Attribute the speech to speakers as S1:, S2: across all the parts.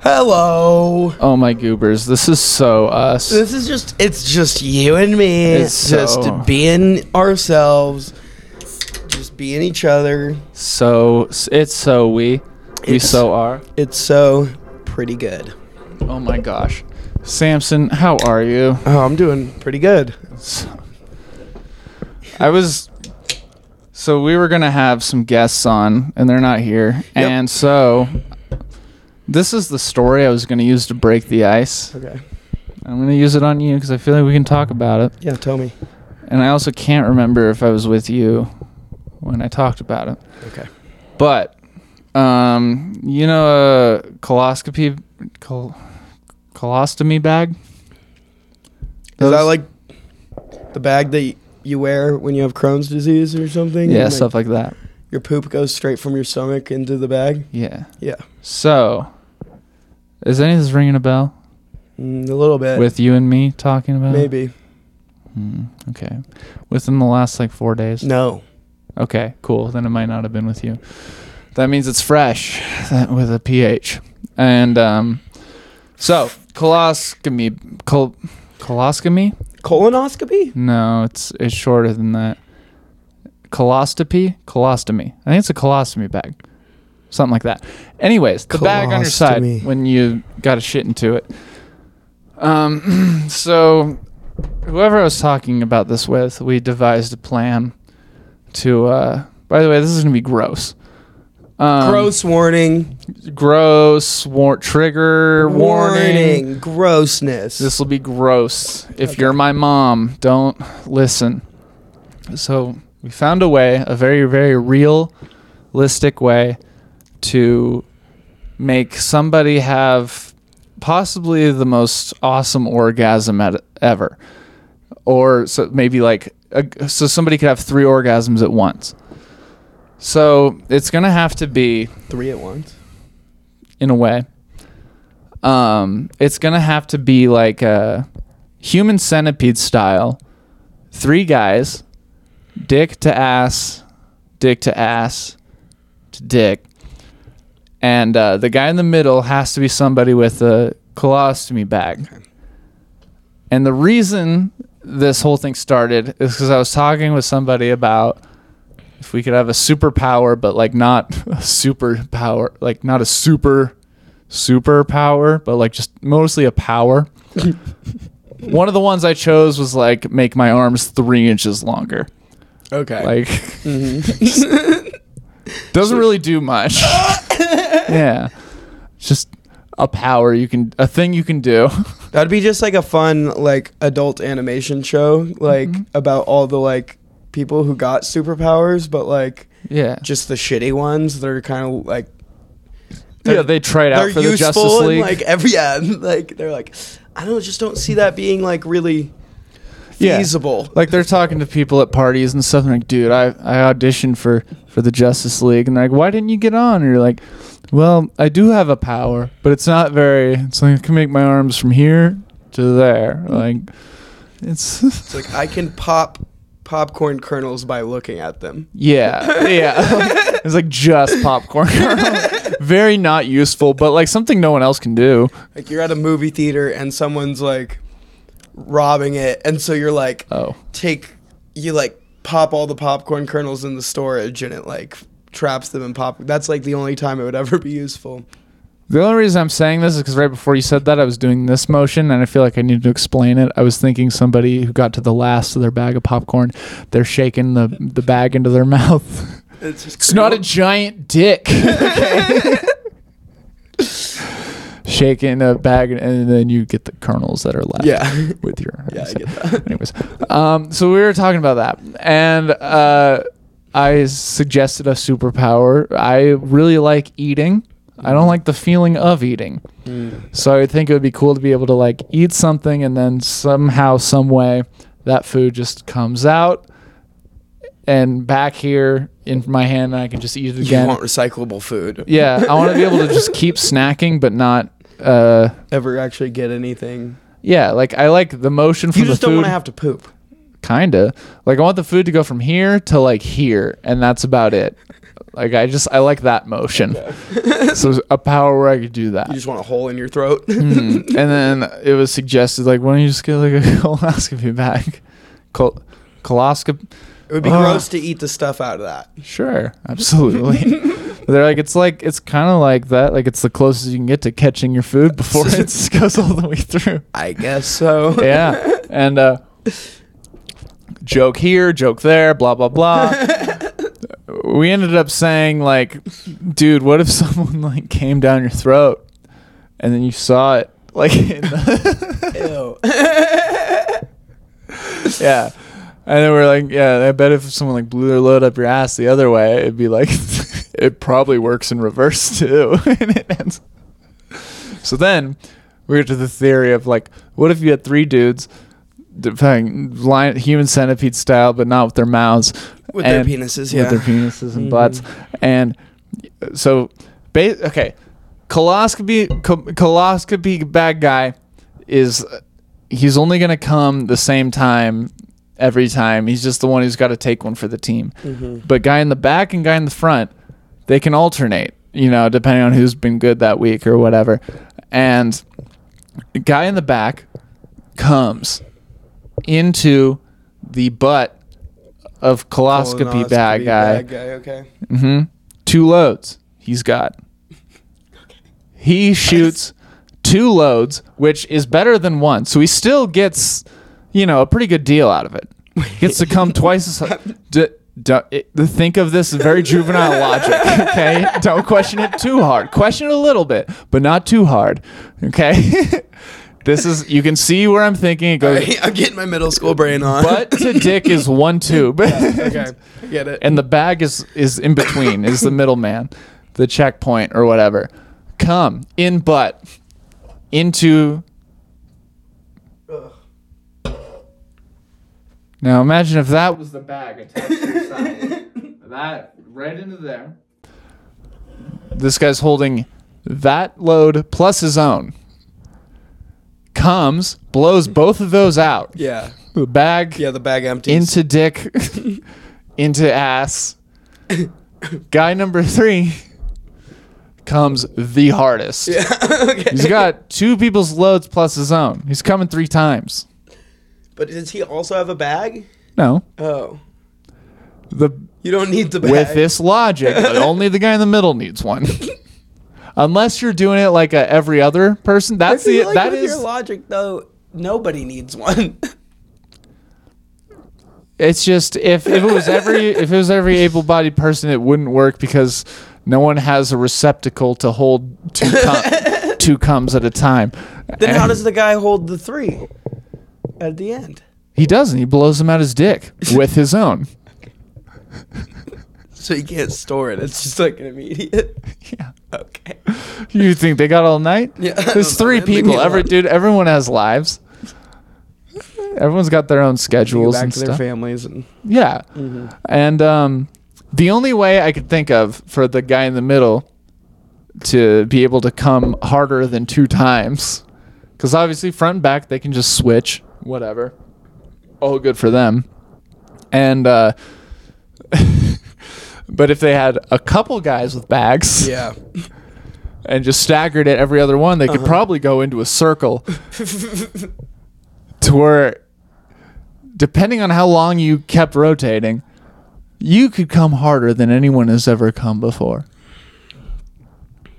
S1: Hello.
S2: Oh my goobers, this is so us.
S1: This is just it's just you and me.
S2: It's
S1: just
S2: so- being
S1: being ourselves. Just being each other.
S2: So it's so we. We
S1: It's-
S2: so are.
S1: It's so pretty good.
S2: Oh my gosh. Samson, how are you?
S1: Oh, I'm doing pretty good.
S2: I was so we were gonna have some guests on and they're not here.
S1: Yep.
S2: And so this is the story I was gonna use to break the ice.
S1: Okay.
S2: I'm gonna use it on you because I feel like we can talk about it.
S1: Yeah, tell me.
S2: And I also can't remember if I was with you when I talked about it.
S1: Okay.
S2: But um, you know a coloscopy col- colostomy bag?
S1: Is that
S2: Those-
S1: like the bag that y- you wear when you have Crohn's disease or something?
S2: Yeah,
S1: And, like,
S2: stuff like that.
S1: your poop goes straight from your stomach into the bag.
S2: Yeah.
S1: Yeah,
S2: So is any of this ringing a bell
S1: mm, a little bit.
S2: with uh, you and me talking about? it?
S1: maybe
S2: Hmm, okay. Within the last like four days.
S1: no.
S2: Okay, cool. Then it might not have been with you. That means it's fresh that- with a pH. And um, so coloscopy, col- coloscopy?
S1: Colonoscopy?
S2: No, it's it's shorter than that. Colostopy, colostomy. I think it's a colostomy bag, something like that. Anyways, the bag on your side
S1: Colostomy.
S2: when you got a shit into it. Um, so whoever I was talking about this with, we devised a plan to. Uh, by the way, this is gonna be gross. Um,
S1: Gross warning.
S2: gross, war- trigger warning.
S1: Grossness.
S2: This will be gross. If you're my mom, don't listen. So we found a way, a very, very realistic way to make somebody have possibly the most awesome orgasm at, ever. Or so maybe like, a, so somebody could have three orgasms at once. So it's going to have to be
S1: Three at once.
S2: in a way. Um, it's gonna have to be like a human centipede style. Three guys, dick to ass, dick to ass, to dick, and uh, the guy in the middle has to be somebody with a colostomy bag. And the reason this whole thing started is because I was talking with somebody about if we could have a superpower, but like not a superpower, like not a super superpower, but like just mostly a power. One of the ones I chose was like make my arms three inches longer.
S1: Okay.
S2: Like
S1: Mm-hmm.
S2: doesn't really do much. yeah, just a power you can, a thing you can do.
S1: That'd be just like a fun like adult animation show like about all the like people who got superpowers but like
S2: Yeah,
S1: just the shitty ones that are kind of like
S2: yeah. They tried out
S1: they're
S2: for
S1: useful
S2: the Justice
S1: and
S2: League.
S1: like every yeah like they're like I don't just don't see that being like really
S2: Yeah.
S1: feasible.
S2: like they're talking to people at parties and stuff. And like, dude, I, I auditioned for for the Justice League, and they're like, why didn't you get on? And you're like, well, I do have a power, but it's not very. It's like I can make my arms from here to there. Like, it's
S1: It's like I can pop popcorn kernels by looking at them.
S2: yeah, yeah. it's like just popcorn. very not useful, but like something no one else can do.
S1: Like you're at a movie theater and someone's like robbing it and so you're like
S2: Oh,
S1: take you like pop all the popcorn kernels in the storage and it like traps them in pop that's like the only time it would ever be useful
S2: The only reason I'm saying this is because right before you said that, I was doing this motion, and I feel like I needed to explain it. I was thinking somebody who got to the last of their bag of popcorn, they're shaking the, the bag into their mouth.
S1: it's just
S2: It's not a giant dick. okay? shaking a bag, and then you get the kernels that are left.
S1: yeah
S2: With your
S1: yeah i get that
S2: Anyways, um, so we were talking about that, and uh, I suggested a superpower. I really like eating. I
S1: Mm-hmm.
S2: don't like the feeling of eating,
S1: Mm.
S2: so I think it would be cool to be able to like eat something and then somehow, some way, that food just comes out and back here in my hand, and I can just eat it
S1: you
S2: again.
S1: want recyclable food
S2: yeah, I want to be able to just keep snacking, but not. Uh,
S1: ever actually get anything
S2: yeah, like I like the motion from
S1: you
S2: the
S1: just
S2: food.
S1: don't want to have to poop
S2: kinda. Like I want the food to go from here to like here, and that's about it. Like I just I like that motion. so a power where I could do that.
S1: You just want a hole in your throat.
S2: Mm. and then it was suggested like, why don't you just get like a colonoscopy bag? Col- coloscop.
S1: It would be
S2: Ah.
S1: gross to eat the stuff out of that.
S2: Sure, absolutely. They're like it's like it's kind of like that. Like it's the closest you can get to catching your food before it goes all the way through.
S1: I guess so.
S2: Yeah, and uh, joke here, joke there, blah blah blah. we ended up saying like, dude, what if someone like came down your throat, and then you saw it like in the
S1: Ew. Oh,
S2: yeah. And then we're like, yeah, I bet if someone like blew their load up your ass the other way, it'd be like, it probably works in reverse too. and it ends. So then we get to the theory of like, what if you had three dudes, defying lion, human centipede style, but not with their mouths,
S1: With their
S2: and-
S1: penises,
S2: with
S1: yeah.
S2: their penises and
S1: Mhm.
S2: butts, and so, ba- okay, coloscopy co- coloscopy bad guy is he's only gonna come the same time every time. He's just the one who's got to take one for the team.
S1: Mm-hmm.
S2: But guy in the back and guy in the front, they can alternate, you know, depending on who's been good that week or whatever. And guy in the back comes into the butt of coloscopy, bad
S1: Colonoscopy
S2: guy.
S1: Bad guy. Okay.
S2: hmm Two loads he's got. He shoots two loads, which is better than one. So he still gets, you know, a pretty good deal out of it. Gets to come twice as high. D- d- it- think of this very juvenile logic, okay? Don't question it too hard. Question it a little bit, but not too hard, okay? this is, you can see where I'm thinking. It goes,
S1: I'm getting my middle school brain on.
S2: butt to dick is one tube.
S1: okay. Get it.
S2: and the bag is is in between is the middleman the checkpoint or whatever come in butt into now imagine if that was the bag attached to the side. that right into there this guy's holding that load plus his own comes blows both of those out
S1: yeah.
S2: the bag
S1: Yeah. The bag empties.
S2: into dick, into ass. Guy number three comes the hardest.
S1: okay.
S2: He's got two people's loads plus his own. He's coming three times.
S1: But does he also have a bag?
S2: No,
S1: Oh.
S2: the
S1: You don't need the bag.
S2: with this logic, only the guy in the middle needs one. Unless you're doing it like a every other person.
S1: I
S2: That's the
S1: feel like
S2: that
S1: with
S2: is
S1: your logic though. Nobody needs one.
S2: It's just if, if it was every if it was every able-bodied person, it wouldn't work because no one has a receptacle to hold two cum, two cums at a time.
S1: then how
S2: And
S1: does the guy hold the three at the end?
S2: he doesn't? He blows them out his dick with his own.
S1: So you can't store it. It's just like an immediate.
S2: Yeah.
S1: Okay.
S2: You think they got all night?
S1: Yeah, I
S2: There's
S1: don't know,
S2: three
S1: man. Leave me
S2: people. Every
S1: alone.
S2: dude. Everyone has lives. Everyone's got their own schedules
S1: back
S2: and
S1: to their
S2: stuff.
S1: families and
S2: Yeah. And um, the only way I could think of for the guy in the middle to be able to come harder than two times, because obviously front and back they can just switch, whatever. All good for them. And uh, but if they had a couple guys with bags
S1: yeah.
S2: and just staggered at every other one, they
S1: Uh-huh.
S2: could probably go into a circle to where, depending on how long you kept rotating, you could come harder than anyone has ever come before.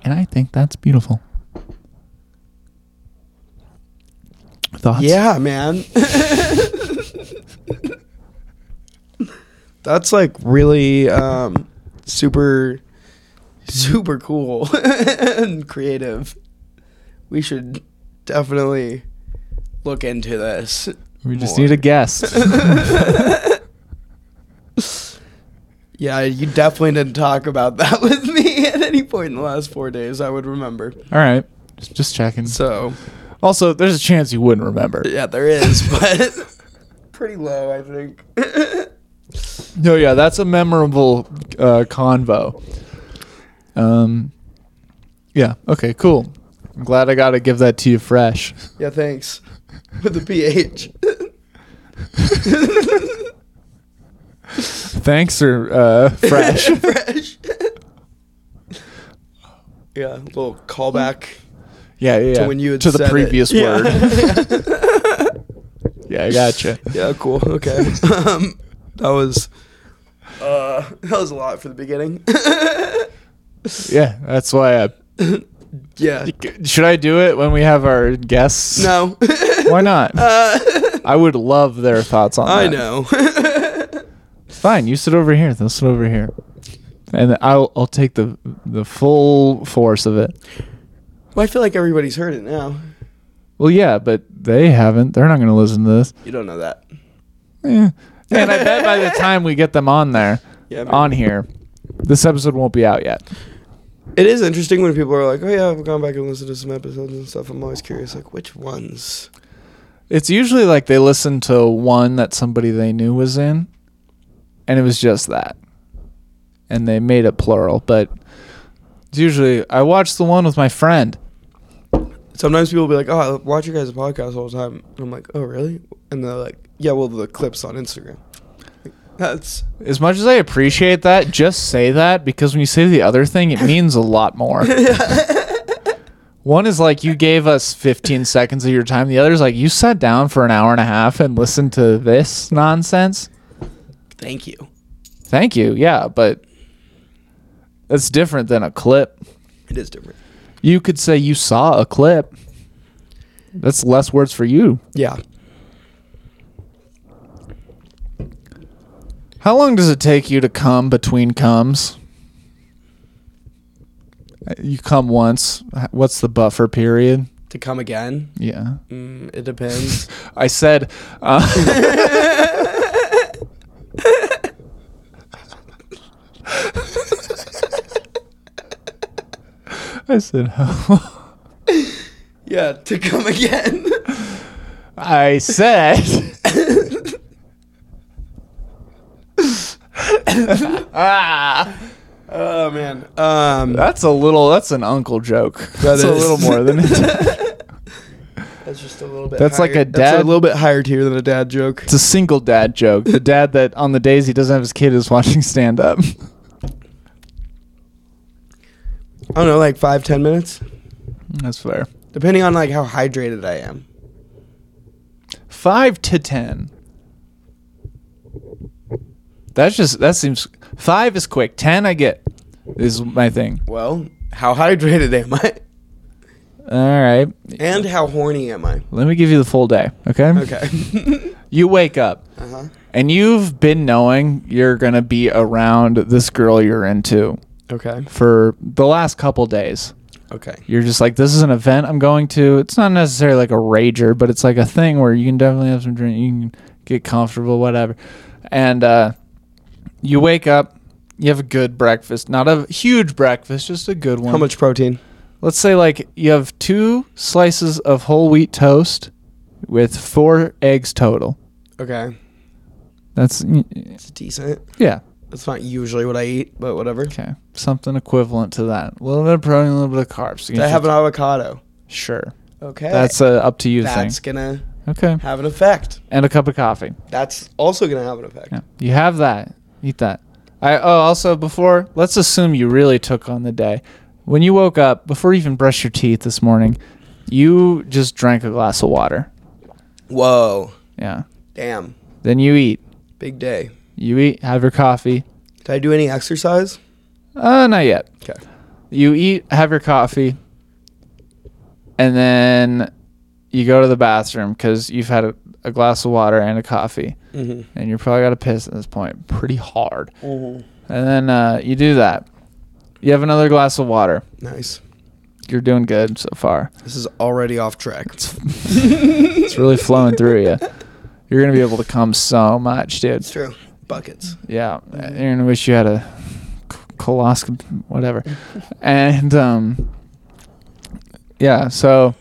S2: And I think that's beautiful. Thoughts?
S1: Yeah, man. That's like really um, super, super cool and creative. We should definitely look into this.
S2: We just
S1: More.
S2: need a guest.
S1: Yeah, you definitely didn't talk about that with me at any point in the last four days. I would remember.
S2: All right. Just, just checking.
S1: So
S2: Also, there's a chance you wouldn't remember.
S1: yeah, there is, but pretty low, I think.
S2: No, yeah, that's a memorable uh, convo. Um, yeah. Okay. Cool. I'm glad I got to give that to you fresh.
S1: yeah, thanks. With the pH.
S2: Thanks or uh, fresh.
S1: Fresh. yeah, little callback
S2: Yeah, yeah. yeah.
S1: to when you had
S2: to the
S1: said it.
S2: previous
S1: Yeah.
S2: word. yeah, I gotcha.
S1: Yeah, cool. Okay. um, that was uh, that was a lot for the beginning.
S2: Yeah, that's why. I,
S1: yeah.
S2: should I do it when we have our guests?
S1: No. Uh,
S2: Why not? I would love their thoughts on that.
S1: I know.
S2: Fine, you sit over here. They'll sit over here, and I'll I'll take the the full force of it.
S1: well, I feel like everybody's heard it now.
S2: Well, yeah, but they haven't. They're not going to listen to this.
S1: You don't know that.
S2: Eh. And I bet by the time we get them on there,
S1: Yeah, maybe.
S2: on here, this episode won't be out yet.
S1: It is interesting when people are like, "Oh yeah, I've gone back and listened to some episodes and stuff." I'm always curious, like which ones.
S2: It's usually like they listened to one that somebody they knew was in, and it was just that. And they made it plural, but it's usually I watched the one with my friend.
S1: Sometimes people will be like, "Oh, I watch your guys' podcast all the time." And I'm like, "Oh really?" And they're like, "Yeah, well, the clips on Instagram." Like, That's
S2: As much as I appreciate that, just say that because when you say the other thing, it means a lot more. One is like you gave us 15 seconds of your time. The other is like you sat down for an hour and a half and listened to this nonsense.
S1: thank you.
S2: Thank you. Yeah, but that's different than a clip.
S1: It is different.
S2: You could say you saw a clip. That's less words for you.
S1: Yeah.
S2: How long does it take you to come between comes? Uh, You come once. H- What's the buffer period?
S1: To come again,
S2: Yeah.
S1: mm, it depends.
S2: I said. Uh, I said.
S1: yeah, to come again.
S2: I said. ah,
S1: oh man. Um,
S2: that's a little. That's an uncle joke. that's a
S1: is.
S2: little more than it.
S1: that's just a little bit.
S2: That's like
S1: higher-
S2: a
S1: That's
S2: dad-
S1: a little bit higher tier than a dad joke.
S2: It's a single dad joke. The dad that on the days he doesn't have his kid is watching stand up.
S1: I don't know, like five ten minutes,
S2: That's fair.
S1: depending on like how hydrated I am.
S2: Five to ten. That's just that seems five is quick. Ten I get is my thing.
S1: Well, how hydrated am I?
S2: All right.
S1: And how horny am I?
S2: Let me give you the full day. Okay.
S1: Okay.
S2: You wake up.
S1: uh huh.
S2: and you've been knowing you're gonna be around this girl you're into
S1: Okay.
S2: for the last couple days.
S1: Okay.
S2: You're just like, this is an event I'm going to. It's not necessarily like a rager, but it's like a thing where you can definitely have some drink, you can get comfortable, whatever. And uh, you wake up, you have a good breakfast, not a huge breakfast, just a good one.
S1: How much protein?
S2: Let's say like you have two slices of whole wheat toast with four eggs total.
S1: Okay.
S2: That's
S1: It's decent.
S2: yeah.
S1: That's not usually what I eat, but whatever.
S2: Okay, something equivalent to that. A little bit of protein, a little bit of carbs. You
S1: Did I
S2: can
S1: have an
S2: just-
S1: avocado?
S2: sure.
S1: Okay.
S2: That's a up to you
S1: that's
S2: thing.
S1: gonna
S2: Okay,
S1: have an effect.
S2: and a cup of coffee.
S1: That's also gonna have an effect.
S2: Yeah, you have that. Eat that. I oh also before let's assume you really took on the day. When you woke up, before you even brushed your teeth this morning, you just drank a glass of water.
S1: Whoa.
S2: Yeah.
S1: Damn.
S2: Then you eat.
S1: Big day.
S2: You eat. Have your coffee.
S1: Did I do any exercise?
S2: Uh, not yet.
S1: Okay.
S2: you eat, have your coffee, and then you go to the bathroom because you've had a, a glass of water and a coffee,
S1: Mm-hmm.
S2: and you're probably got to piss at this point pretty hard.
S1: Mm-hmm.
S2: And then uh, you do that. You have another glass of water.
S1: Nice.
S2: You're doing good so far.
S1: This is already off track.
S2: It's really flowing through you. You're gonna be able to come so much, dude.
S1: It's true. Buckets.
S2: Yeah, you're gonna wish you had a c- coloscopy, whatever. and um, yeah, so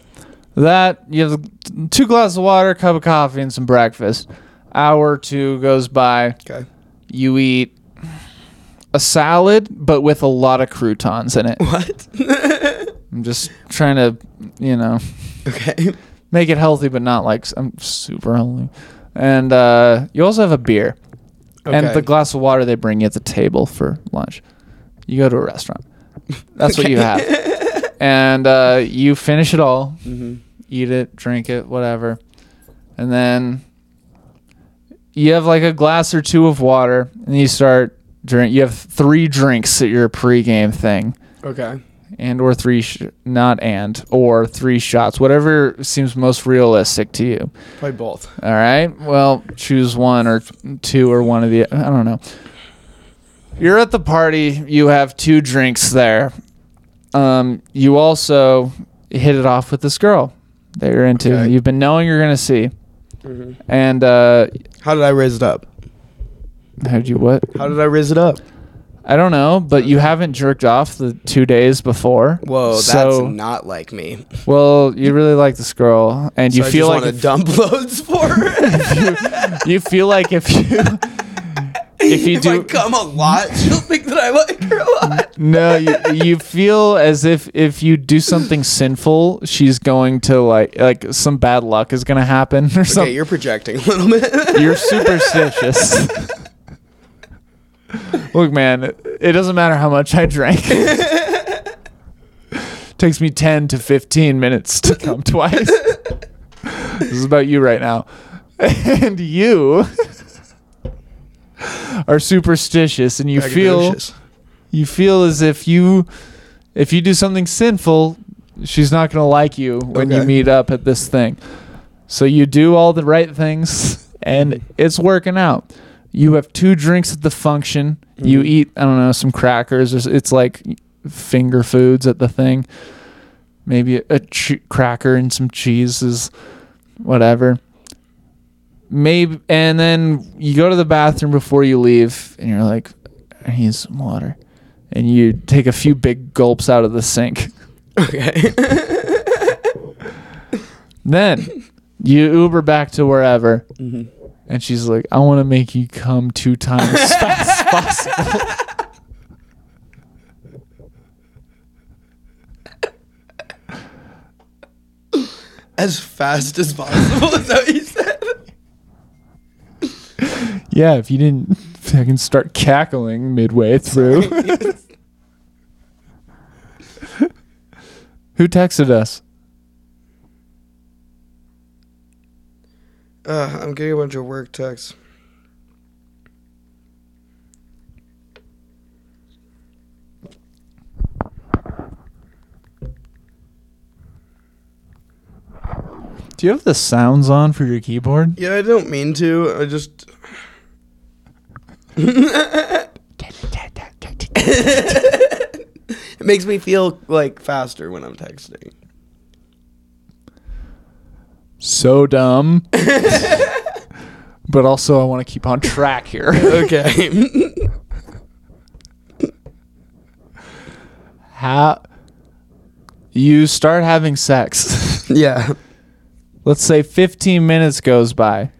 S2: that you have two glasses of water, cup of coffee, and some breakfast. Hour two goes by.
S1: Okay.
S2: You eat a salad, but with a lot of croutons in it.
S1: What?
S2: I'm just trying to, you know,
S1: okay.
S2: make it healthy, but not like s- I'm super healthy. and uh, you also have a beer and
S1: Okay.
S2: the glass of water they bring you at the table for lunch. You go to a restaurant. That's what you have. And uh, you finish it all,
S1: hmm
S2: eat it, drink it, whatever. And then you have like a glass or two of water and you start drink you have three drinks at your pregame thing
S1: Okay.
S2: and or three sh- not and or three shots whatever seems most realistic to you
S1: Probably both.
S2: all right. Well, choose one or two or one of the. I don't know. You're at the party. You have two drinks there. Um, you also hit it off with this girl that you're into.
S1: Okay.
S2: You've been knowing you're gonna see.
S1: hmm
S2: And uh,
S1: How did I raise it up?
S2: how'd you what?
S1: How did I raise it up?
S2: I don't know, but you haven't jerked off the two days before.
S1: Whoa, that's
S2: So-
S1: not like me.
S2: Well, you really like this girl, and you
S1: So I
S2: feel
S1: just
S2: like
S1: wanna
S2: if-
S1: dump loads for her.
S2: you feel like if you if you
S1: if
S2: do
S1: I come a lot, she'll think that I like her a lot.
S2: No, you, you feel as if if you do something sinful, she's going to like like some bad luck is going to happen or
S1: Okay,
S2: something.
S1: you're projecting a little bit.
S2: You're superstitious. Look, man, it doesn't matter how much I drank. Takes me 10 to 15 minutes to come twice. this is about you right now. And you are superstitious and you feel
S1: Braggadocious.
S2: you feel as if you if you do something sinful she's not going to like you when you
S1: Okay.
S2: meet up at this thing so you do all the right things and it's working out you have two drinks at the function you
S1: Mhm.
S2: eat i don't know some crackers or s- it's like finger foods at the thing maybe a, a che- cracker and some cheese is whatever maybe and then you go to the bathroom before you leave and you're like i need some water and you take a few big gulps out of the sink
S1: Okay.
S2: then you uber back to wherever
S1: Mhm.
S2: and she's like i want to make you come two times as fast as possible
S1: As fast as possible is what you said.
S2: yeah if you didn't fucking start cackling midway through who texted us
S1: Uh, I'm getting a bunch of work texts.
S2: do you have the sounds on for your keyboard
S1: Yeah, I don't mean to. I just. It makes me feel like faster when I'm texting.
S2: so dumb. but also, I want to keep on track here.
S1: Okay.
S2: How you start having sex?
S1: yeah.
S2: Let's say 15 minutes goes by.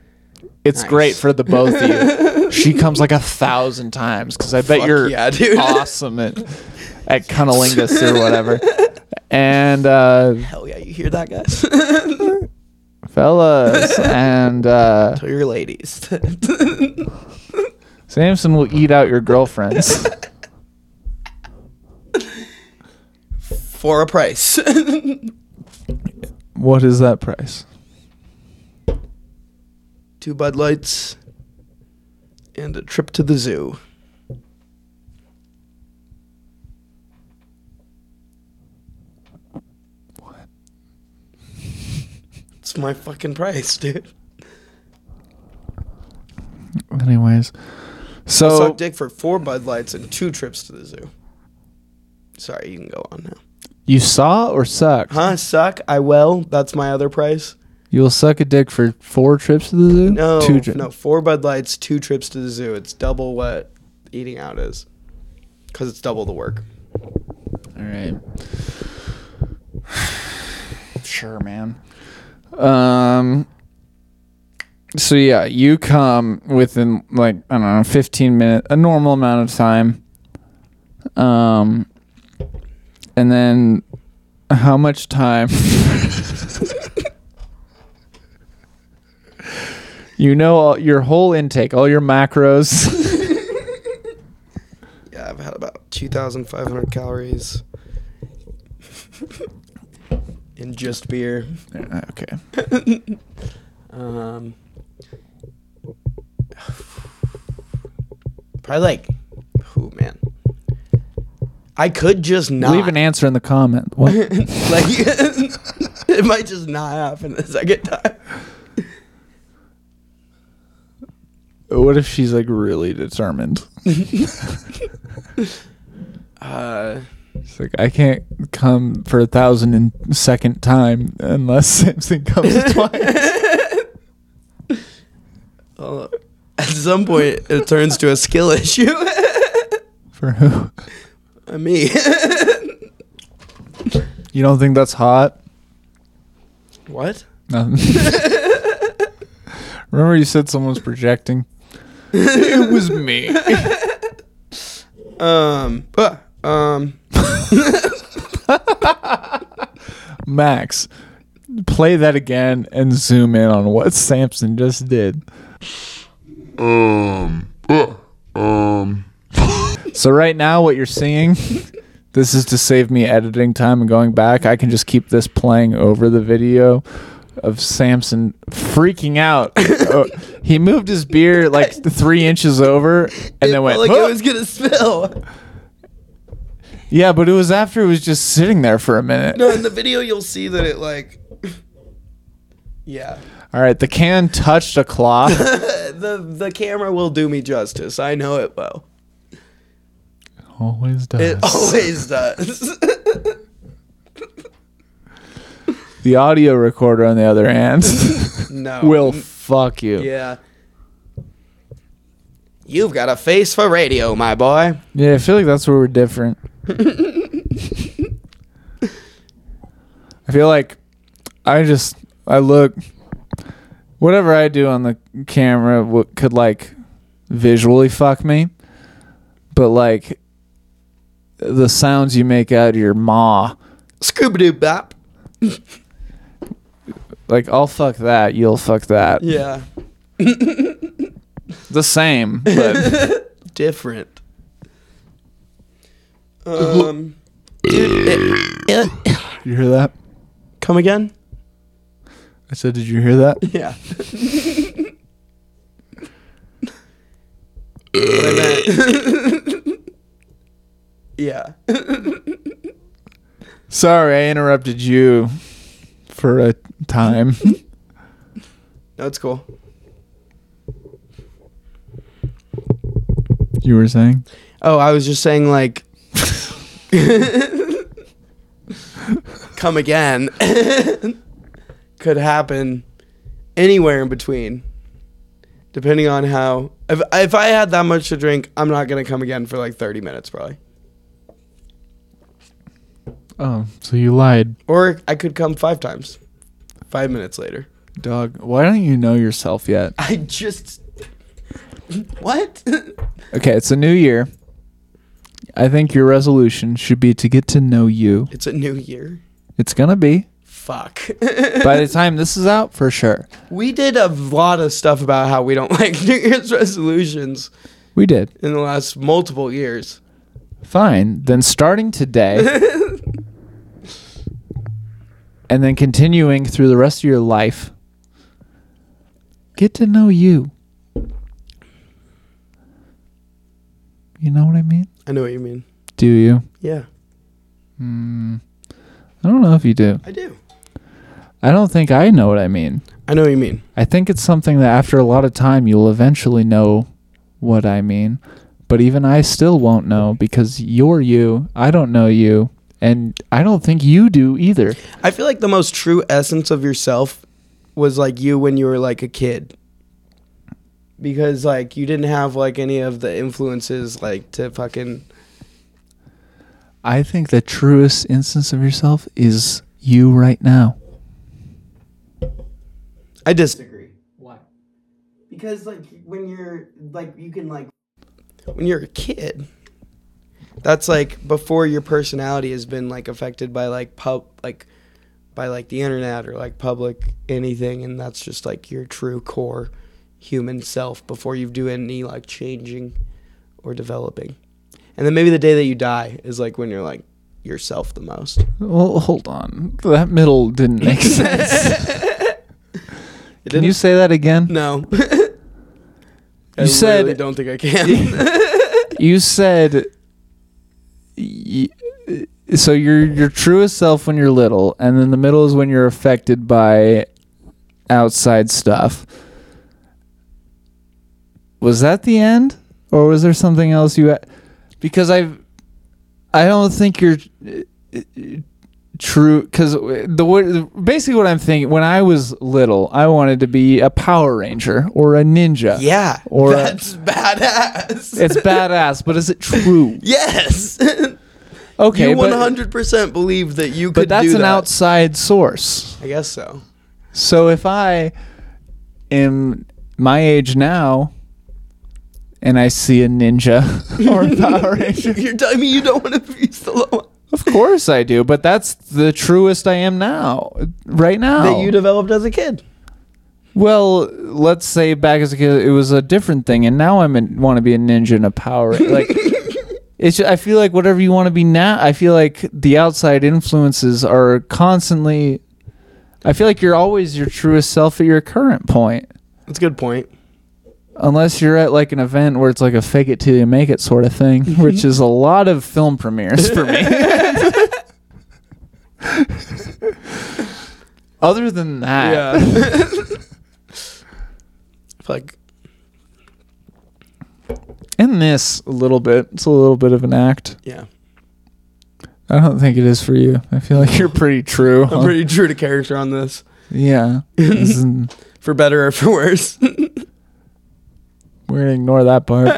S2: It's
S1: Nice.
S2: great for the both of you. she comes like a thousand times because I bet
S1: Fuck
S2: you're
S1: yeah, dude.
S2: awesome at at cunnilingus or whatever. And uh,
S1: Hell yeah, you hear that, guys?
S2: fellas, and uh,
S1: Tell your ladies.
S2: Samson will eat out your girlfriends.
S1: For a price.
S2: what is that price?
S1: Two Bud Lights and a trip to the zoo. It's my fucking price, dude.
S2: Anyways, so
S1: I'll suck dick for four Bud Lights and two trips to the zoo. Sorry, you can go on now.
S2: You saw or sucked?
S1: Huh? Suck? I will. That's my other price.
S2: You'll suck a dick for four trips to the zoo?
S1: No,
S2: Two tri-
S1: no, four Bud Lights, two trips to the zoo. It's double what eating out is, because it's double the work.
S2: All right. sure, man. Um. So yeah, you come within like I don't know, fifteen minute, a normal amount of time. Um. And then, how much time? You know all, your whole intake, all your macros.
S1: Yeah, I've had about 2,500 calories in just beer.
S2: okay.
S1: Um, probably like, oh man, I could just not
S2: Leave an answer in the comment. What?
S1: like, it might just not happen the second time.
S2: what if she's like really determined?
S1: Uh,
S2: She's like, I can't come for a thousand and second time unless Samson comes twice.
S1: well, at some point, it turns to a skill issue.
S2: For who?
S1: Me.
S2: You don't think that's hot?
S1: what?
S2: Nothing. Remember you said someone's projecting? it was me.
S1: Um, but, um,
S2: Max, play that again and zoom in on what Samson just did.
S3: Um. Uh, um.
S2: So right now what you're seeing this is to save me editing time and going back. I can just keep this playing over the video of Samson freaking out. Oh, he moved his beer like 3 inches over and then
S1: it
S2: went
S1: felt like
S2: "Huh!"
S1: it was gonna spill.
S2: Yeah, but it was after it was just sitting there for a minute.
S1: No, in the video you'll see that it like. Yeah,
S2: All right, the can touched a clock.
S1: the the camera will do me justice. I know it will.
S2: Always does.
S1: It always does.
S2: the audio recorder, on the other hand,
S1: no.
S2: will fuck you.
S1: Yeah. You've got a face for radio, my boy.
S2: Yeah, I feel like that's where we're different. I feel like I just I look whatever I do on the camera w- could like visually fuck me, but like the sounds you make out of your maw,
S1: Scooby Doo Bop.
S2: like I'll fuck that, you'll fuck that.
S1: Yeah.
S2: The same, but
S1: Different. Um.
S2: you hear that?
S1: Come again?
S2: I said, did you hear that?
S1: Yeah. What I meant- yeah.
S2: Sorry, I interrupted you for a time.
S1: No, it's cool.
S2: you were saying?
S1: Oh, I was just saying like come again could happen anywhere in between. Depending on how if if I had that much to drink, I'm not gonna come again for like thirty minutes probably.
S2: Oh, so you lied.
S1: Or I could come five times. Five minutes later.
S2: Dog, why don't you know yourself yet?
S1: I just what?
S2: Okay, it's a new year. I think your resolution should be to get to know you.
S1: it's a new year.
S2: It's going to be
S1: Fuck.
S2: by the time this is out for sure.
S1: we did a lot of stuff about how we don't like New Year's resolutions
S2: We did.
S1: in the last multiple years.
S2: Fine. Then starting today and then continuing through the rest of your life, get to know you. You know what I mean?
S1: I know what you mean.
S2: Do you?
S1: Yeah,
S2: I don't know if you do.
S1: I do.
S2: I don't think I know what I mean.
S1: I know what you mean.
S2: I think it's something that after a lot of time you'll eventually know what I mean. But even I still won't know because you're you, I don't know you, and I don't think you do either.
S1: I feel like the most true essence of yourself was like you when you were like a kid. Because like you didn't have like any of the influences like to fucking
S2: I think the truest instance of yourself is you right now.
S1: I disagree. Why? Because like when you're like you can like when you're a kid, that's like before your personality has been like affected by like pub like by like the internet or like public anything, and that's just like your true core. human self before you do any like changing or developing. And then maybe the day that you die is like when you're like yourself the most.
S2: Well, hold on. That middle didn't make sense.
S1: It
S2: Can you
S1: didn't-
S2: say that again?
S1: No. I
S2: You said-
S1: literally don't think I can.
S2: You said. Y- so your your truest self when you're little, and then the middle is when you're affected by outside stuff. Was that the end, or was there something else you? a- Because I, I don't think you're uh, true. Because the word basically what I'm thinking when I was little, I wanted to be a Power Ranger or a ninja.
S1: yeah.
S2: Or a-
S1: that's badass.
S2: It's badass, but is it true?
S1: yes.
S2: Okay,
S1: you
S2: but-
S1: 100% believe that you
S2: but
S1: could
S2: that's
S1: do
S2: an
S1: that.
S2: outside source.
S1: I guess so.
S2: So if I am my age now and I see a ninja or a Power Ranger,
S1: You're telling me you don't want to be Stallone?
S2: of course I do, but that's the truest I am now, right now.
S1: That you developed as a kid.
S2: well, let's say back as a kid, it was a different thing, and now I am want to be a ninja and a Power Ranger. Like, it's ju- I feel like whatever you want to be now, I feel like the outside influences are constantly. I feel like you're always your truest self at your current point,
S1: That's a good point.
S2: unless you're at like an event where it's like a fake it till you make it sort of thing, which is a lot of film premieres for me. Other than that,
S1: Yeah. I feel like
S2: in this a little bit, it's a little bit of an act.
S1: yeah,
S2: I don't think it is for you. I feel like you're pretty true.
S1: I'm
S2: on-
S1: pretty true to character on this,
S2: yeah. This isn't-
S1: for better or for worse.
S2: We're gonna ignore that part.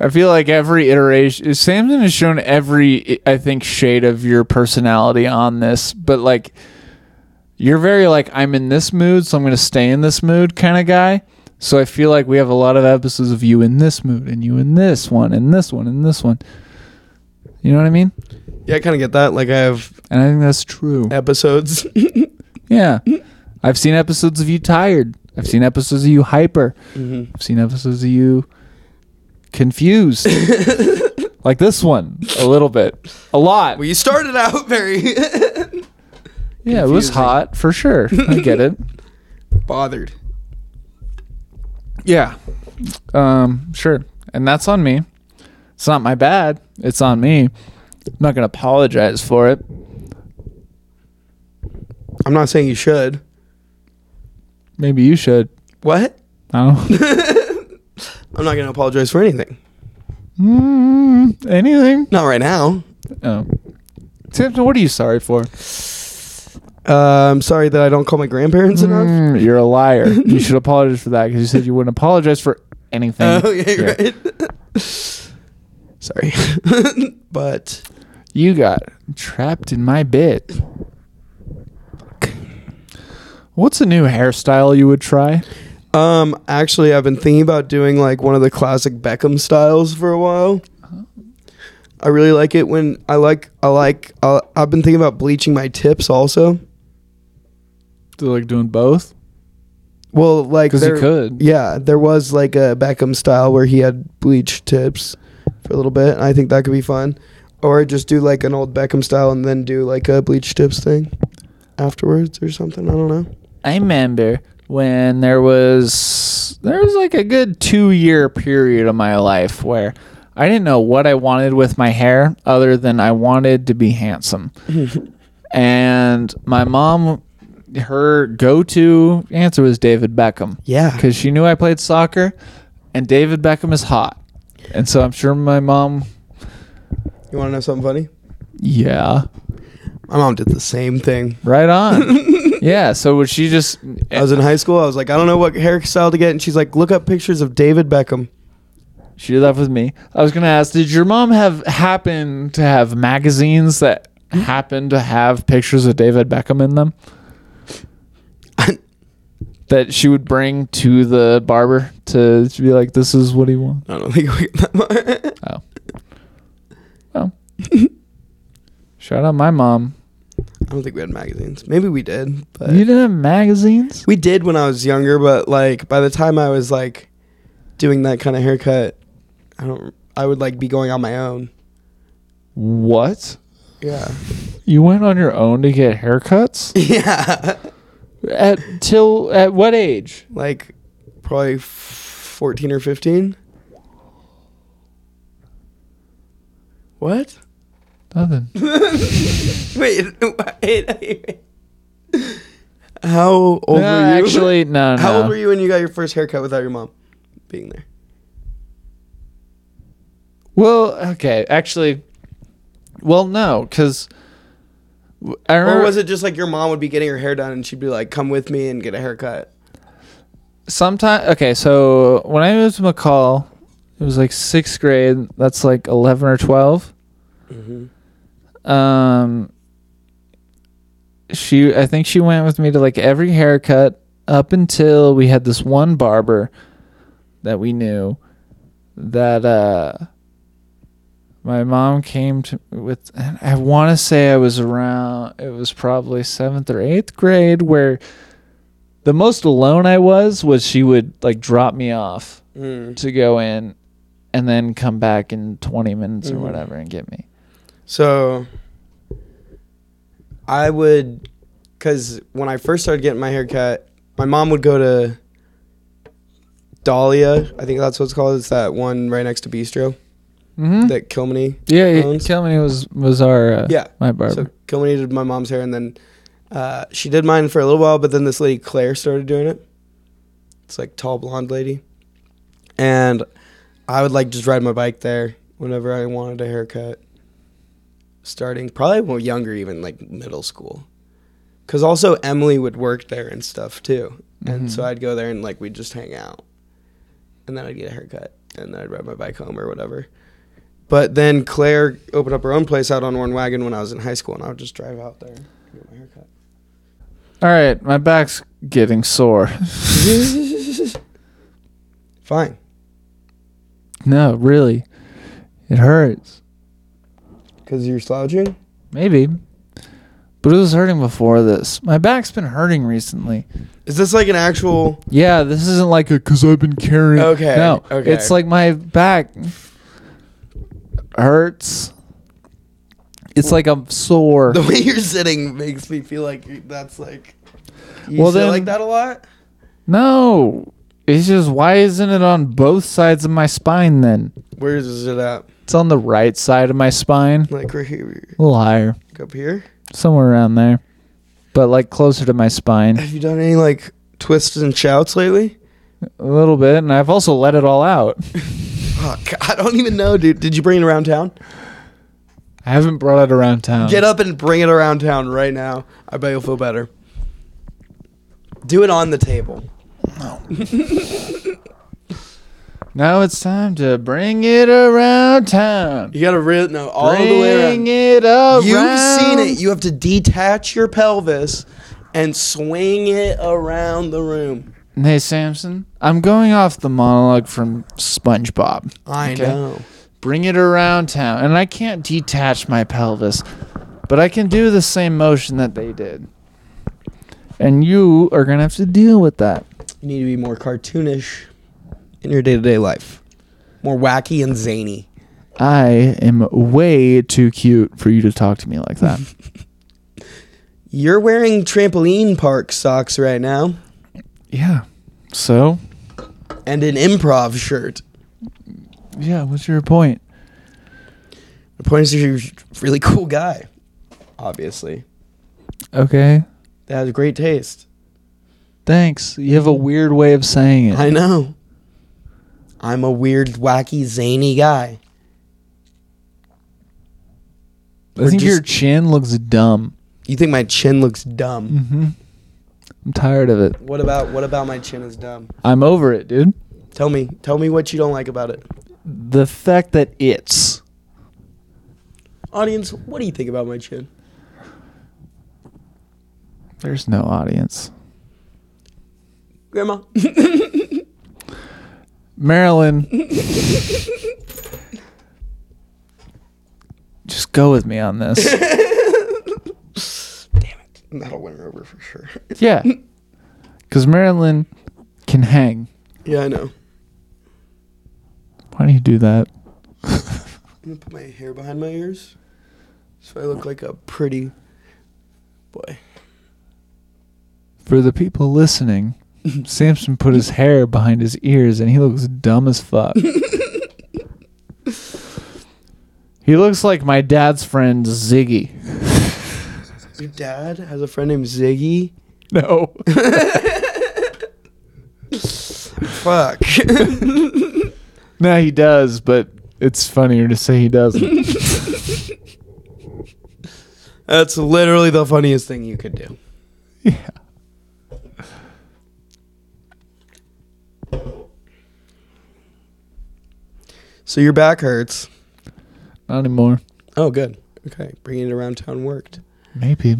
S2: I feel like every iteration, Samson has shown every, I think, shade of your personality on this. But like, you're very like, I'm in this mood, so I'm gonna stay in this mood kind of guy. So I feel like we have a lot of episodes of you in this mood, and you in this one, and this one, and this one. You know what I mean?
S1: yeah, I kind of get that. Like I have
S2: And I think that's true.
S1: episodes.
S2: Yeah. I've seen episodes of you tired. I've seen episodes of you hyper.
S1: Mhm.
S2: I've seen episodes of you confused. like this one, a little bit. A lot.
S1: Well, you started out very
S2: yeah, it was
S1: confusing.
S2: hot for sure. I get it.
S1: bothered.
S2: Yeah. Um, sure. And that's on me. It's not my bad. It's on me. I'm not going to apologize for it.
S1: I'm not saying you should.
S2: Maybe you should.
S1: What?
S2: I don't
S1: I'm not gonna apologize for anything.
S2: Mm, anything.
S1: Not right now.
S2: Oh. Tipton, what are you sorry for?
S1: Uh, I'm sorry that I don't call my grandparents enough.
S2: Mm, you're a liar. you should apologize for that because you said you wouldn't apologize for anything.
S1: Oh, okay,
S2: Yeah.
S1: right. sorry, but
S2: You got trapped in my bit. What's a new hairstyle you would try?
S1: Um, actually, I've been thinking about doing like one of the classic Beckham styles for a while.
S2: Uh-huh.
S1: I really like it when I like I like uh, I've been thinking about bleaching my tips also.
S2: Do like doing both?
S1: Well, like
S2: Because you
S1: there-
S2: could.
S1: yeah, there was like a Beckham style where he had bleached tips for a little bit. And I think that could be fun, or just do like an old Beckham style and then do like a bleached tips thing afterwards or something. I don't know.
S2: I remember when there was there was like a good two year period of my life where I didn't know what I wanted with my hair other than I wanted to be handsome. and my mom her go to answer was David Beckham.
S1: Yeah,
S2: because she knew I played soccer, and David Beckham is hot, and so I'm sure my mom.
S1: you want to know something funny?
S2: Yeah,
S1: My mom did the same thing.
S2: right on. yeah, so would she just?
S1: I was in high school. I was like, I don't know what hairstyle to get, and she's like, look up pictures of David Beckham.
S2: She did that with me. I was gonna ask, did your mom have happen to have magazines that
S1: Hmm?
S2: happen to have pictures of David Beckham in them? that she would bring to the barber to, to be like, this is what he wants.
S1: I don't think we get that much.
S2: Oh. Well. Shout out my mom.
S1: don't think we had magazines. Maybe we did, but
S2: you didn't have magazines?
S1: we did when I was younger. But like by the time I was like doing that kind of haircut, I don't. I would like be going on my own.
S2: What?
S1: Yeah.
S2: You went on your own to get haircuts?
S1: Yeah.
S2: At till at what age?
S1: like probably f- 14 or 15. What?
S2: Nothing.
S1: Wait, wait, wait. How old were you?
S2: Nah, Uh, Actually, no, no.
S1: How old were you when you got your first haircut without your mom being there?
S2: Well, okay, actually, well, no, because I remember
S1: Or was it just like your mom would be getting her hair done and she'd be like, come with me and get a haircut?
S2: sometime. Okay, so when I moved to McCall, it was like sixth grade. That's like eleven or 12 Um, she, I think she went with me to like every haircut up until we had this one barber that we knew that uh my mom came to with and I want to say I was around it was probably 7th or 8th grade where the most alone I was was she would like drop me off
S1: Mm.
S2: to go in and then come back in 20 minutes or
S1: Mhm.
S2: whatever and get me.
S1: So I would, because when I first started getting my haircut, my mom would go to Dahlia. I think that's what it's called. It's that one right next to Bistro
S2: Mhm.
S1: that Kilmeny.
S2: yeah, yeah,
S1: owns-
S2: Kilmeny was was our uh,
S1: Yeah.
S2: my barber.
S1: So Kilmeny did my mom's hair, and then uh, she did mine for a little while, but then this lady Claire started doing it. It's like tall blonde lady, and I would like just ride my bike there whenever I wanted a haircut. Starting probably when we were younger, even like middle school, because also Emily would work there and stuff too, and so I'd go there and like we'd just hang out, and then I'd get a haircut, and then I'd ride my bike home or whatever. But then Claire opened up her own place out on Warren Wagon when I was in high school, and I would just drive out there and get my haircut.
S2: All right, my back's getting sore.
S1: Fine.
S2: no, really. It hurts.
S1: Because you're slouching?
S2: Maybe. But it was hurting before this. My back's been hurting recently.
S1: Is this like an actual.
S2: Yeah, this isn't like a because I've been carrying.
S1: Okay,
S2: No,
S1: okay.
S2: it's like my back hurts. It's like I'm sore.
S1: The way you're sitting makes me feel like that's like. You
S2: Well,
S1: sit
S2: then-
S1: like that a lot?
S2: No, it's just why isn't it on both sides of my spine then?
S1: Where is it at?
S2: It's on the right side of my spine,
S1: Like right here?
S2: a little higher,
S1: Like up here?
S2: somewhere around there, but like closer to my spine
S1: Have you done any like twists and shouts lately?
S2: a little bit. And I've also let it all out.
S1: Fuck. I don't even know, dude. Did you bring it around town?
S2: I haven't brought it around town.
S1: Get up and bring it around town right now. I bet you'll feel better. Do it on the table.
S2: Now it's time to bring it around town.
S1: You gotta real no all
S2: bring
S1: the way around.
S2: it around.
S1: You've seen it. You have to detach your pelvis and swing it around the room.
S2: Hey Samson, I'm going off the monologue from SpongeBob.
S1: I
S2: Okay.
S1: know.
S2: Bring it around town, and I can't detach my pelvis, but I can do the same motion that they did. And you are gonna have to deal with that.
S1: You need to be more cartoonish in your day to day life, more wacky and zany.
S2: I am way too cute for you to talk to me like that.
S1: You're wearing trampoline park socks right now
S2: yeah. So,
S1: and an improv shirt.
S2: yeah. What's your point?
S1: The point is, you're a really cool guy, obviously.
S2: Okay.
S1: That has great taste.
S2: Thanks. You have a weird way of saying it.
S1: I know. I'm a weird, wacky, zany guy.
S2: I think
S1: just-
S2: your chin looks dumb.
S1: You think my chin looks dumb?
S2: Mm-hmm. I'm tired of it.
S1: What about what about my chin is dumb?
S2: I'm over it, dude.
S1: Tell me, tell me what you don't like about it.
S2: The fact that it's
S1: Audience, what do you think about my chin?
S2: there's no audience.
S1: Grandma.
S2: Marilyn. Just go with me on this.
S1: Damn That'll win her over for sure.
S2: Yeah. Because Marilyn can hang.
S1: yeah, I know.
S2: Why do you do that?
S1: I'm gonna put my hair behind my ears, so I look like a pretty boy.
S2: For the people listening, Samson put his hair behind his ears and he looks dumb as fuck. he looks like my dad's friend Ziggy.
S1: Your dad has a friend named Ziggy.
S2: No.
S1: Fuck.
S2: no, he does, but it's funnier to say he doesn't.
S1: That's literally the funniest thing you could do.
S2: yeah.
S1: So your back hurts.
S2: Not anymore.
S1: Oh, good. Okay, bringing it around town worked.
S2: Maybe.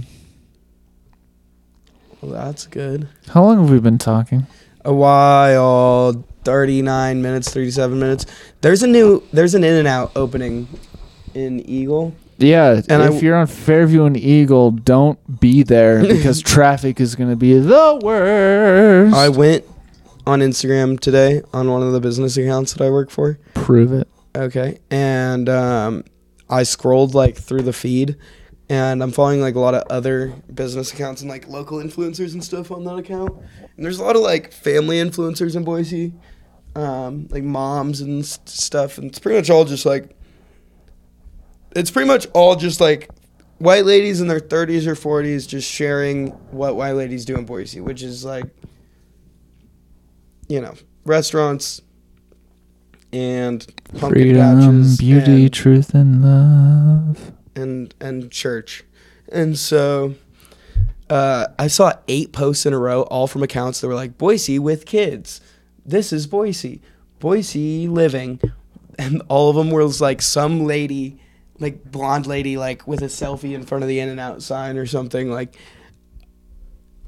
S1: Well, that's good.
S2: How long have we been talking?
S1: A while, thirty-nine minutes, thirty-seven minutes. There's a new. There's an in and out opening in Eagle.
S2: Yeah,
S1: And I
S2: if
S1: w-
S2: you're on Fairview and Eagle, don't be there because traffic is going to be the worst.
S1: I went on Instagram today on one of the business accounts that I work for.
S2: prove it.
S1: Okay. And um, I scrolled like through the feed and I'm following like a lot of other business accounts and like local influencers and stuff on that account. And there's a lot of like family influencers in Boise, um, like moms and s- stuff. And it's pretty much all just like, it's pretty much all just like white ladies in their 30s or 40s just sharing what white ladies do in Boise, which is like, you know, restaurants and pumpkin
S2: Freedom,
S1: patches
S2: beauty,
S1: and-
S2: truth, and love.
S1: and and church. And so uh, I saw eight posts in a row, all from accounts that were like Boise with kids. This is Boise, Boise living, and all of them were just, like some lady, like blonde lady, like with a selfie in front of the In and Out sign or something like.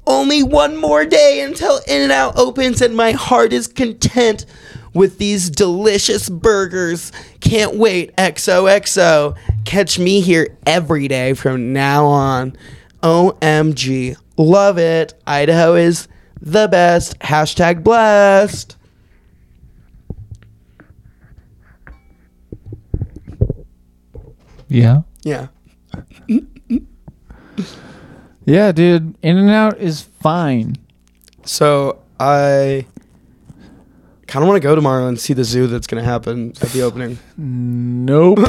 S1: Only one more day until In N Out opens, and my heart is content with these delicious burgers. Can't wait. XOXO. Catch me here every day from now on. OMG. Love it. Idaho is the best. Hashtag blessed.
S2: Yeah.
S1: Yeah.
S2: Yeah, dude. In and out is fine.
S1: So I kind of want to go tomorrow and see the zoo that's going to happen at the opening.
S2: Nope.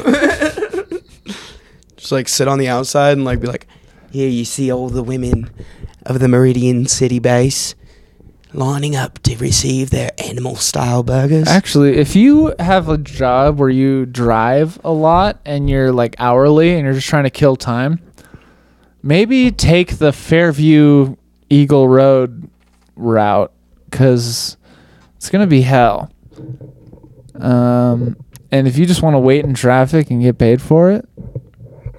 S1: just like sit on the outside and like be like, here you see all the women of the Meridian City base lining up to receive their animal style burgers.
S2: Actually, if you have a job where you drive a lot and you're like hourly and you're just trying to kill time, maybe take the Fairview Eagle Road route because it's going to be hell. Um, and if you just want to wait in traffic and get paid for it,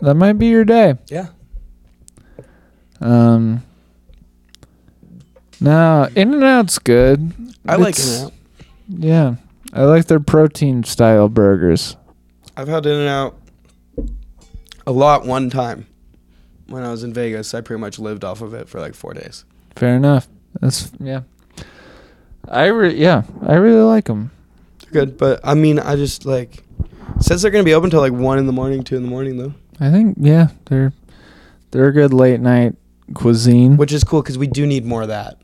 S2: that might be your day.
S1: Yeah.
S2: Um, no, In and Out's good.
S1: I like
S2: It's-
S1: In-N-Out.
S2: Yeah, I like their protein style burgers.
S1: I've had In-N-Out a lot one time when I was in Vegas. I pretty much lived off of it for like four days.
S2: Fair enough. That's yeah. I re- yeah, I really like them.
S1: They're good, but I mean, I just like since they're gonna be open till like one in the morning, two in the morning though,
S2: I think yeah, they're they're a good late night cuisine.
S1: which is cool because we do need more of that.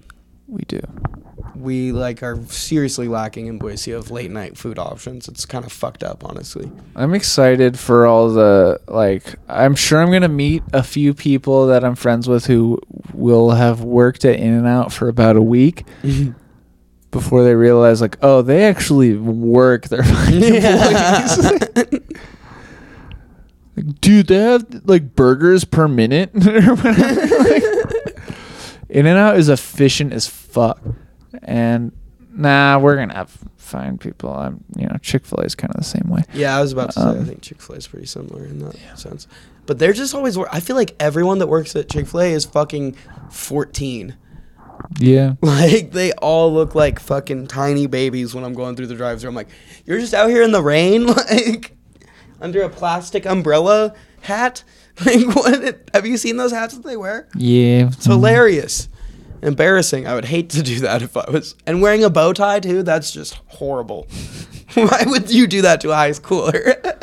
S2: we do.
S1: we like are seriously lacking in Boise of late night food options. It's kind of fucked up, honestly.
S2: I'm excited for all the like. I'm sure I'm gonna meet a few people that I'm friends with who will have worked at In and Out for about a week before they realize like, oh, they actually work their fucking employees. Like, dude, they have like burgers per minute or whatever. In and Out is efficient as fuck. And nah, we're gonna have fine people. I'm you know, Chick fil A is kinda the same way.
S1: yeah, I was about to say. I
S2: Um,
S1: think Chick Fil A is pretty similar in that sense, but they're just always. wor- I feel like everyone that works at Chick Fil A is fucking fourteen.
S2: Yeah.
S1: Like they all look like fucking tiny babies when I'm going through the drive-through. I'm like, you're just out here in the rain, like under a plastic umbrella hat. Like what? Have you seen those hats that they wear?
S2: Yeah.
S1: It's hilarious. Embarrassing. I would hate to do that if I was. And wearing a bow tie too, that's just horrible. Why would you do that to a high schooler?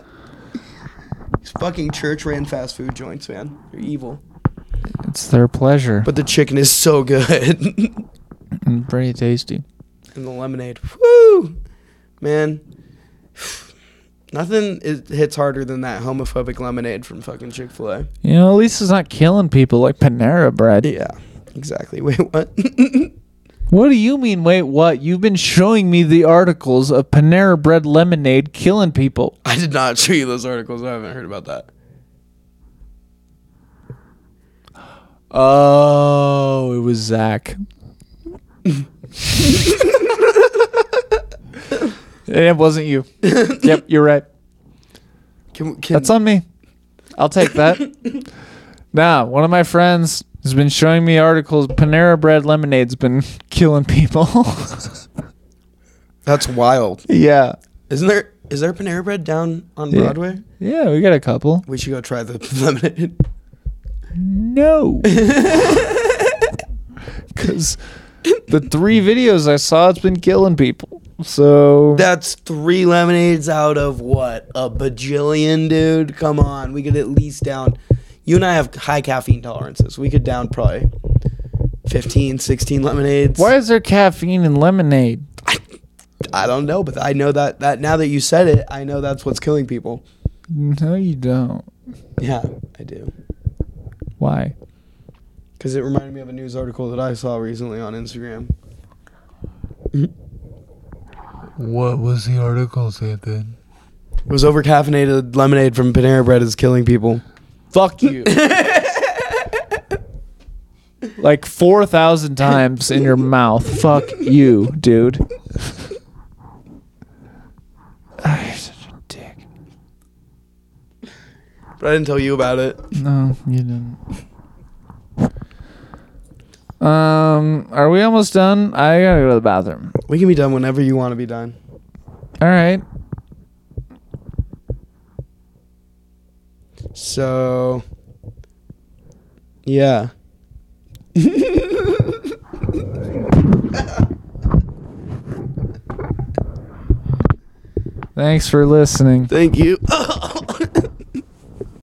S1: These fucking church ran fast food joints, man. They're evil.
S2: It's their pleasure. But
S1: But the chicken is so good. and
S2: pretty tasty.
S1: the lemonade. Woo! Man. Nothing is, hits harder than that homophobic lemonade from fucking Chick fil A.
S2: You know, at least it's not killing people like Panera Bread.
S1: Yeah, exactly. Wait, what?
S2: What do you mean? Wait, what? You've been showing me the articles of Panera Bread lemonade killing people.
S1: I did not show you those articles. I haven't heard about that.
S2: Oh, it was Zach. it wasn't you. Yep, you're right.
S1: Can, can,
S2: That's on me. I'll take that. now, one of my friends has been showing me articles. Panera Bread lemonade's been killing people.
S1: that's wild.
S2: yeah.
S1: Isn't there? Is there Panera Bread down on
S2: Yeah.
S1: Broadway?
S2: Yeah, we got a couple.
S1: We should go try the lemonade.
S2: No. Because the three videos I saw, it's been killing people. So
S1: That's three lemonades out of what a bajillion, dude. Come on, we could at least down. You and I have high caffeine tolerances. We could down probably 15, 16 lemonades.
S2: why is there caffeine in lemonade?
S1: I don't know, but I know that that now that you said it, I know that's what's killing people.
S2: No, you don't.
S1: Yeah, I do.
S2: Why?
S1: Because it reminded me of a news article that I saw recently on Instagram.
S4: What was the article, Nathan?
S1: It was overcaffeinated lemonade from Panera Bread is killing people.
S2: Fuck you. like 4,000 times in your mouth. Fuck you, dude. Ah, You're such a dick.
S1: But I didn't tell you about it.
S2: No, you didn't. Um, are we almost done? I gotta go to the bathroom.
S1: We can be done whenever you want to be done.
S2: All right.
S1: So, yeah.
S2: Thanks for listening.
S1: Thank you.